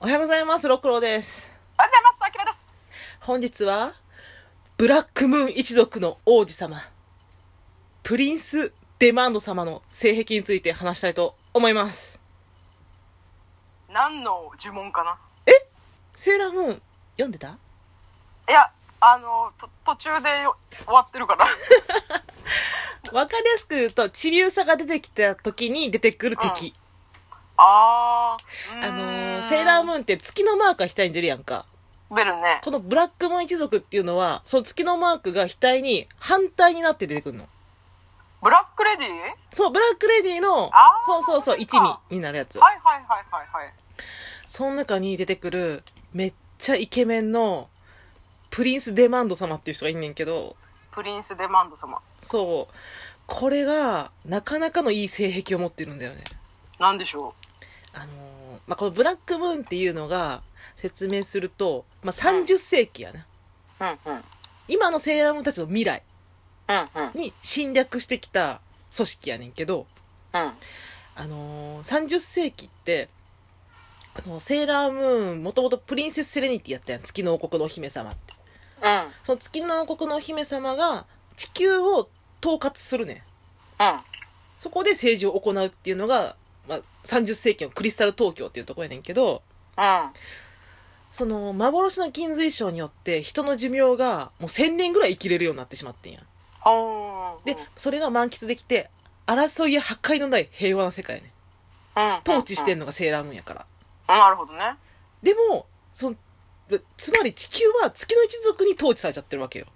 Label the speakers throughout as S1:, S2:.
S1: おはようございます、六郎です。
S2: おはようございます、あきらです。
S1: 本日は、ブラックムーン一族の王子様、プリンス・デマンド様の性癖について話したいと思います。
S2: 何の呪文かな
S1: セーラームーン、読んでた
S2: いや、あの、と途中でよ終わってるから。
S1: わかりやすく言うと、チビウサが出てきた時に出てくる敵。
S2: あー。うー
S1: あ
S2: ん
S1: のー、セーラームーンって月のマークが額に出るやんか。
S2: 出るね。
S1: このブラックムーン一族っていうのは、その月のマークが額に反対になって出てくるの。
S2: ブラックレディー
S1: そう、ブラックレディの
S2: あ、ー
S1: そうそうそう、一味になるやつ。
S2: はいはいはいはいはい。
S1: その中に出てくる、めっちゃイケメンの、プリンス・デマンド様っていう人がいんねんけど、
S2: プリンス・デマンド様。
S1: そう。これが、なかなかのいい性癖を持ってるんだよね。
S2: なんでしょ
S1: あのーまあ、このブラックムーンっていうのが、説明すると、まあ、30世紀やな。
S2: う。うんうん。
S1: 今のセーラームーンたちの未来
S2: うんうん。
S1: に侵略してきた組織やねんけど、
S2: うん。
S1: あのー、30世紀って、あのセーラームーン、もともとプリンセス・セレニティやったやん。月の王国のお姫様って。
S2: うん。
S1: その月の王国のお姫様が地球を統括するねん
S2: うん。
S1: そこで政治を行うっていうのが、まあ、30世紀のクリスタル東京っていうところやねんけど
S2: うん。
S1: その幻の金髄章によって人の寿命がもう1000年ぐらい生きれるようになってしまってんや
S2: ほー。
S1: でそれが満喫できて争いや破壊のない平和な世界やねん
S2: うん、
S1: 統治してん
S2: の、
S1: のがセーラームーンやから
S2: うん、なるほどね。
S1: でもそのつまり地球は月の一族に統治されちゃってるわけよ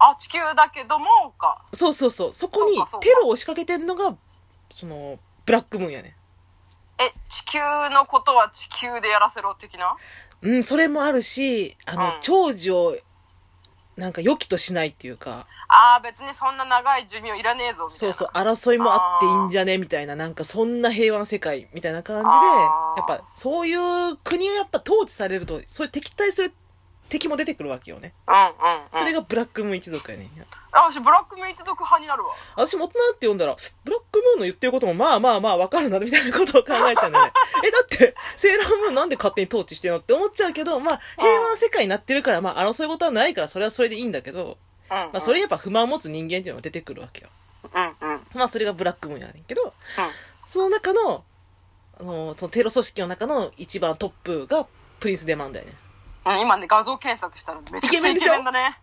S2: あ、地球だけども、か。
S1: そうそうそうそこに
S2: そうかそうか
S1: テロを仕掛けてんのがそのブラックムーンやねん
S2: え、地球のことは地球でやらせろ的な
S1: うん、それもあるし、あの、
S2: うん
S1: 長寿を、なんか良きとしないっていうか、
S2: あー、別にそんな長い寿命いらねえぞ、みたいな。
S1: そうそう、争いもあっていいんじゃねみたいな、なんかそんな平和な世界みたいな感じで、
S2: あ
S1: やっ
S2: ー
S1: ぱそういう国がやっぱ統治されると、そういう敵対する敵も出てくるわけよね。
S2: うんうん、うん。
S1: それがブラックムーン一族やねん。
S2: あ、私、ブラックメイ一族派になるわ。
S1: 私も大人になって読んだら、ブラックムーンの言ってることもまあまあまあわかるな、みたいなことを考えちゃうんだよね。 え、だって、セーラームーンなんで勝手に統治してんのって思っちゃうけど、まあ、平和な世界になってるから、まあ争い事はないから、それはそれでいいんだけど、
S2: うん、うん。
S1: まあ、それにやっぱ不満を持つ人間っていうのが出てくるわけよ。
S2: うん、うん、うん。
S1: まあ、それがブラックムーンやねんけど、その中の、あのーそのテロ組織の中の一番トップがプリンス・デマンだよね。
S2: うん、今ね、画像検索したらめちゃくちゃイケメンだね。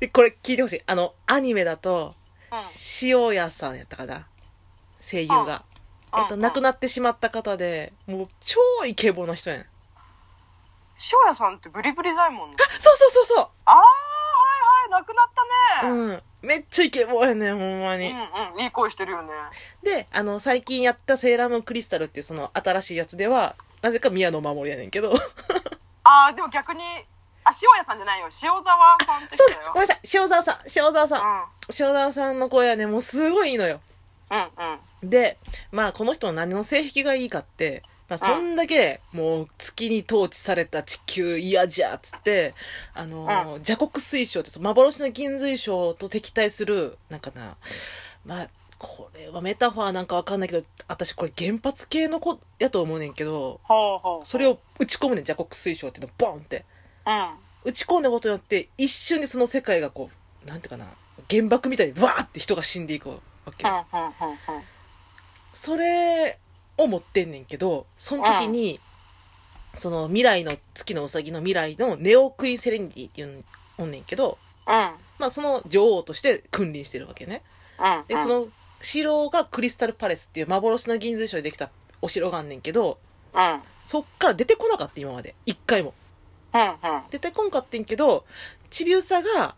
S1: で、これ聞いてほしい。あの、アニメだと、
S2: うん。
S1: 塩屋さんやったかな声優が。
S2: うん
S1: えっと、亡くなってしまった方で、もう超イケボな人やねん。
S2: 塩屋さんってブリブリ左衛門の。
S1: そうそうそうそ
S2: あー、はいはい、亡くなった
S1: う
S2: ね。
S1: うん。めっちゃイケボやねん、ほんまに。
S2: うん、うん、いい声してるよね。
S1: で、あの、最近やったセーラームーンクリスタルっていうその新しいやつでは、なぜか宮野真守やねんけど。
S2: あー、でも逆に、あ、塩屋さんじゃないよ。塩沢さんって
S1: そう
S2: 人だ
S1: で
S2: よ
S1: す。ご。めんなさい。塩沢さん、塩沢さん。塩沢さんの声はね、もうすごいいいのよ。
S2: うん、うん、うん。
S1: で、まあ、この人の何の性癖がいいかって、まあ、そんだけ、もう、月に統治された地球嫌じゃっつって、あのー蛇国水晶って、その幻の銀水晶と敵対する、なんかな、まあ、これはメタファーなんかわかんないけど、私これ原発系の子やと思うねんけど、
S2: ほうほう。
S1: それ。を打ち込むねん、蛇国水晶っていうの、ボンって。
S2: うん。
S1: 打ち込んだことによって一瞬でその世界がこうなんていうかな原爆みたいにわーって人が死んでいくわけ
S2: うん、
S1: よ、
S2: うん、うん、うん。
S1: それを持ってんねんけどその時に、その未来の月のうさぎの未来のネオクイーンセレニティっていうのおんねんけど、
S2: うん、
S1: まあ、その女王として君臨してるわけね
S2: うん。
S1: でそ、の城がクリスタルパレスっていう幻の銀髄章でできたお城があんねんけど
S2: うん、うん、
S1: そっから出てこなかった今まで一回も
S2: うん。
S1: 出てこんかってんけど、チビウサが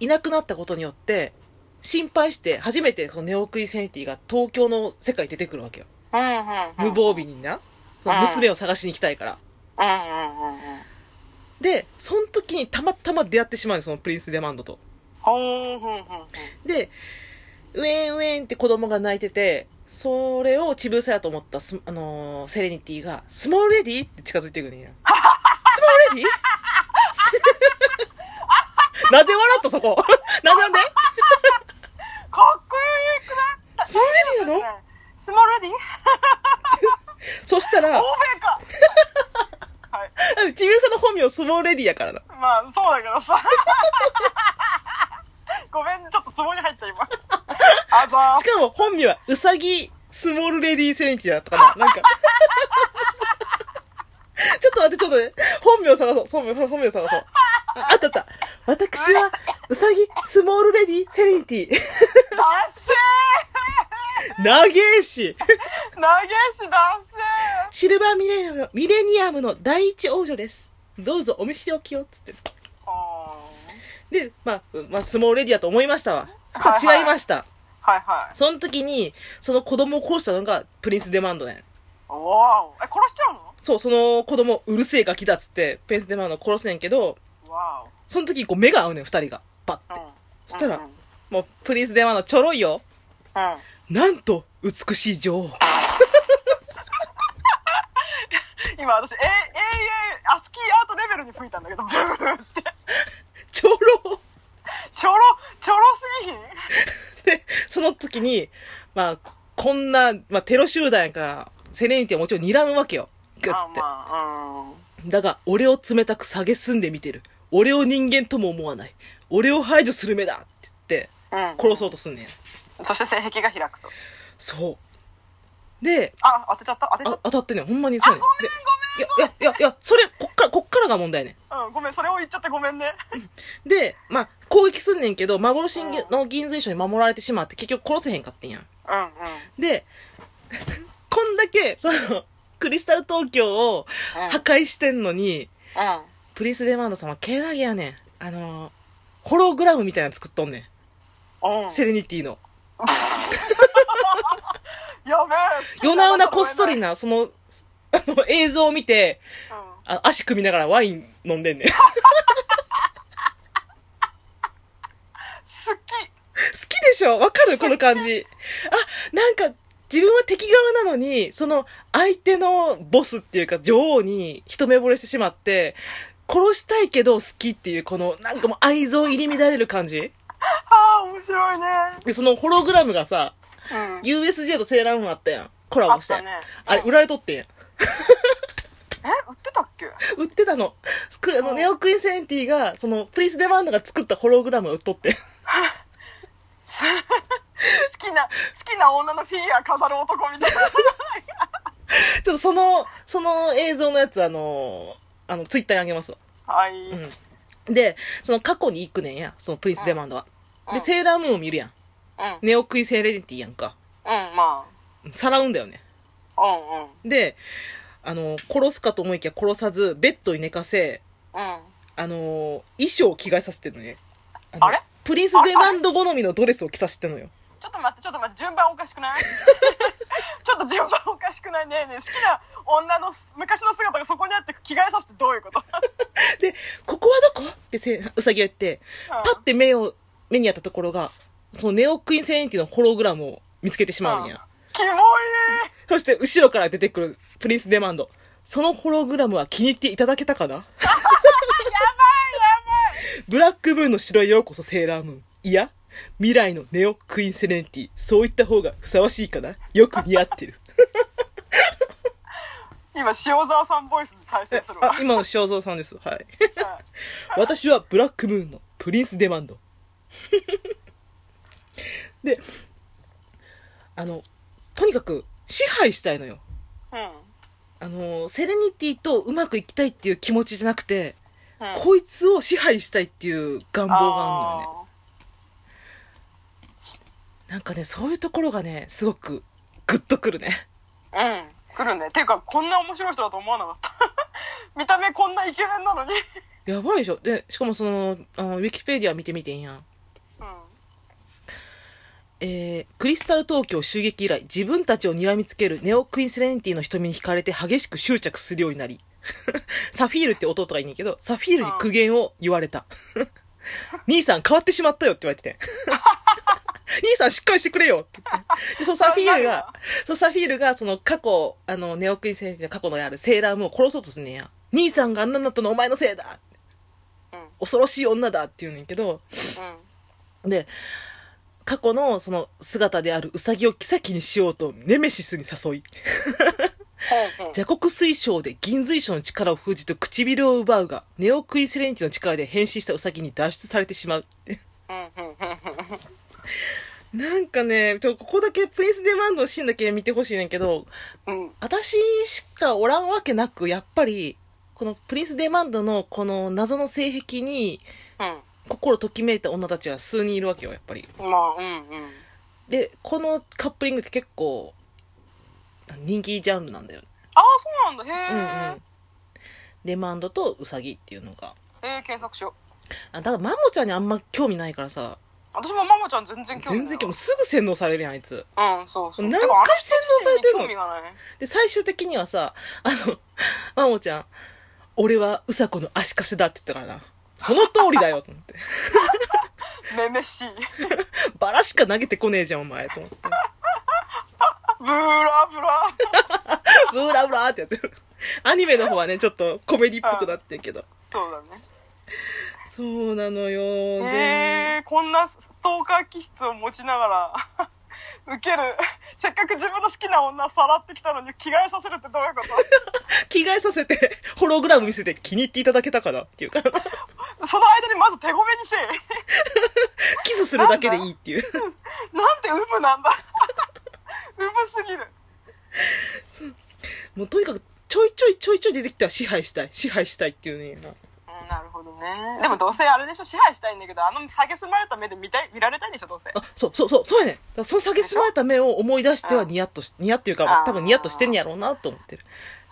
S1: いなくなったことによって、心配して初めてそのネオクイセニティが東京の世界に出てくるわけよ。
S2: うん、うん。
S1: 無防備にな。その娘を探しに行きたいから。
S2: うん。うん、うん、うん、うん。
S1: で、その時にたまたま出会ってしまうのそのプリンス・デマンドと。
S2: ほうほうほうほう。
S1: で、ウェーンウェーンって子供が泣いてて、それをチビウサやと思ったス、あのーセレニティが、スモールレディって近づいてくるんや。スモー ルレディなぜ笑ったそこ な、なんで
S2: かっこいいくない
S1: スモールレディなの
S2: スモールディ
S1: そしたら
S2: 欧、米か
S1: みを相撲レディやからな。
S2: まあ、そうだけどさ。ごめん、ちょっとツボに入った、今。あざ
S1: しかも本名はうさぎスモールレディーセレンティだったかな。なんか。 ちょっと待って、ちょっとね。本名探そう。本名、本名探そう。ああったあった。私はうさぎスモールレディーセレンティ。
S2: ー。男性
S1: 長えし。
S2: 投げし男性
S1: シルバーミレニアムのミレニアムの第一王女です。どうぞお見知りおきを。つって。
S2: あ
S1: で、まあ、うんまあ、スモールレディだと思いましたわ。そしたら違いました。
S2: ーはいはい。
S1: その時に、その子供を殺したのがプリンスデマンドね。
S2: わーお。え、殺しちゃうの
S1: そう、その子供うるせえガキだっつって、プリンスデマンドを殺すねんけど、
S2: わ
S1: その時こう目が合うねん、二人が。パッ
S2: ー
S1: て。
S2: お。うん。
S1: そしたら
S2: うんうん。
S1: もう、プリンスデマンドちょろいよ。
S2: うん
S1: なんと、美しい女王。
S2: 今私、え、え、え、アスキーアートレベルに吹いたんだけど、 ブーって。
S1: ちょろ
S2: ちょろ、ちょろすぎひん
S1: で、その時に、まあ、こんな、まあ、テロ集団やから、セレニティはもちろん睨むわけよ。グ
S2: あ
S1: ッて。
S2: まあ、うん。
S1: だが、俺を冷たく下げすんで見てる。俺を人間とも思わない。俺を排除する目だって言って、
S2: うん、
S1: 殺そうとすんねん。
S2: そして性癖が開くと
S1: そう。で、
S2: あ当てちゃった当てちゃっ
S1: あ、当たってんねんほんまにそうやねん。でいや、いや、いや、いや、それ、こっから、こっからが問題ね
S2: たうんごめんそれを言っちゃってごめんね
S1: ん。で、まあ、攻撃すんねんけど、幻の銀髄書に守られてしまって、結局殺せへんかってんやん。
S2: うんうん
S1: で、 こんだけ、その、クリスタル東京を破壊してんのに、
S2: うん
S1: プリンス・デマンド様、けなげやねん。あのー、ホログラムみたいなの作っとんね
S2: うん
S1: ん。セレニティの。
S2: やべえ
S1: 夜な夜なこっそりな、その、あの、映像を見て、
S2: う
S1: あ足組みながらワイン飲んでんねん。好
S2: ん好き
S1: きでしょわかるこの感じ。あ、なんか、自分は敵側なのに、その、相手のボスっていうか、女王に一目惚れしてしまって、殺したいけど好きっていう、この、なんかもう愛憎入り乱れる感じ
S2: ああ面白いね
S1: で、そのホログラムがさ、
S2: うん
S1: USJ とセーラームーンあったやん。コラボして。
S2: あ
S1: あ,、
S2: ったね
S1: れ、売られとってんやん。
S2: え売ってたっけ
S1: 売ってたの。くあ
S2: う
S1: の、
S2: ん
S1: ネオクインセレンティが、その、プリンス・デマンドが作ったホログラムが売っとってん。
S2: 好きな好きな女のフィギュア飾る男み たいな
S1: ちょっとその、その映像のやつ、あの、あの、ツイッターにあげますわ。
S2: はい、
S1: うん。で、その過去に行くねんや、そのプリンス・デマンドは。
S2: うん
S1: で、セーラームーンを見るやん。
S2: うん
S1: ネオクイ・セレンティやんか。
S2: うんま
S1: さらうんだよね。
S2: あうんうん
S1: で、あの、殺すかと思いきや殺さず、ベッドに寝かせ、
S2: うん
S1: あの、衣装を着替えさせてるのね。の
S2: あれ
S1: プリンス・デマンド好みのドレスを着させてるのよ。
S2: ちょっと待って、ちょっと待って、順番おかしくない ちょっと順番おかしくないねえねえ好きな女の昔の姿がそこにあって着替えさせてどういうこと、
S1: で、ここはどこってせうさぎが言って、パッて目を、目にあったところが、そのネオクインセレンティのホログラムを見つけてしまうんや。
S2: キモい
S1: そして後ろから出てくるプリンスデマンド。そのホログラムは気に入っていただけたかな ブラックムーンの城へようこそセーラームーン。いや、未来のネオ・クイーン・セレンティ。そういった方がふさわしいかなよく似合ってる。
S2: 今塩沢さんボイスで再生するわ
S1: あ、今の塩蔵さんです。はい。
S2: はい
S1: 私はブラックムーンのプリンス・デマンド。 で、あの、とにかく支配したいのよ。
S2: うん
S1: あの、セレニティとうまくいきたいっていう気持ちじゃなくて、
S2: うん
S1: こいつを支配したいっていう願望があるのよね。なんかね、そういうところがね、すごくグッとくるね。
S2: あーうん来るねっていうかこんな面白い人だと思わなかった 見た目こんなイケメンなのに
S1: やばいでしょ。で、しかもその、あのウィキペディア見てみてんやん。
S2: うん
S1: えー、クリスタル東京襲撃以来、自分たちを睨みつけるネオ・クイーン・セレニティの瞳に惹かれて激しく執着するようになり、 サフィールって弟がいいねんけど、サフィールに苦言を言われた。兄さん変わってしまったよって言われて て。兄さんしっかりしてくれよって言って。でそのサフィールが、そうサフィールがその過去、あの、ネオ・クイーン・セレニティの過去のあるセーラームーンを殺そうとすんねんや。兄さんがあんなになったのお前のせいだ
S2: うん
S1: 恐ろしい女だって言うねんけど、
S2: うん
S1: で、過去のその姿であるウサギを妃にしようとネメシスに誘い、
S2: ほうほう
S1: 蛇国水晶で銀水晶の力を封じて唇を奪うが、ネオクイセレニティの力で変身したウサギに脱出されてしまうって。
S2: うんうんうんうん
S1: なんかね、ちょここだけプリンスデマンドのシーンだけ見てほしいねんけど、
S2: うん
S1: 私しかおらんわけなく、やっぱり、このプリンスデマンドのこの謎の性癖に
S2: うん
S1: 心ときめいた女たちが数人いるわけよ、やっぱり。
S2: まあうんうん
S1: で、このカップリングって結構人気ジャンルなんだよね。
S2: ああそうなんだ
S1: う
S2: へ
S1: んう
S2: え、
S1: ん。デマンドとウサギっていうのが。
S2: えー、検索しよう
S1: あただマモちゃんにあんま興味ないからさ
S2: 私もママちゃん全然興味ない
S1: 全然興味すぐ洗脳されるやんあいつ
S2: うんそうそう
S1: 何回
S2: てかあの人
S1: 洗脳されてんの
S2: 興味がない
S1: で最終的にはさあのマモちゃん俺はうさこの足かせだって言ったからなその通りだよと 思って
S2: めめしい
S1: バラしか投げてこねえじゃんお前と思って
S2: ブラブラ
S1: ブラブラーってやってるアニメの方はねちょっとコメディっぽくなってるけど
S2: そうだね
S1: そうなのよで
S2: えー、こんなストーカー気質を持ちながら ウケる せっかく自分の好きな女さらってきたのに着替えさせるってどういうこと
S1: 着替えさせて ホログラム見せて気に入っていただけたかなっていうか
S2: その間にまず手ごめにせえ
S1: キスするだけでいいっていう
S2: なんてウブなんだ ウブすぎる
S1: もうとにかくちょいちょいちょいちょい出てきたら支配したい支配したいっていうね
S2: うんなるほどねでもどうせあれでしょ支配したいんだけどあの蔑まれた目で見たい見られたいんでしょどう せ
S1: あ、そう、そう、そう、そうやねん。だからその下げすまれた目を思い出してはニヤッとし、ニヤッというか
S2: あ、ー
S1: 多分ニヤッとしてんやろうなと思ってる。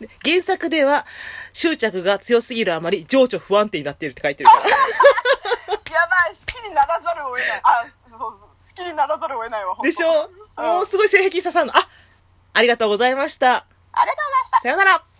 S1: で原作では、執着が強すぎるあまり情緒不安定になっているって書いてる から。
S2: やばい好きにならざるを得ないあそうそう好きにならざるを得ないわ
S1: でしょ
S2: 本当
S1: もうすごい性癖に刺さるの。あありがとうございました。
S2: ありがとうございました
S1: さよなら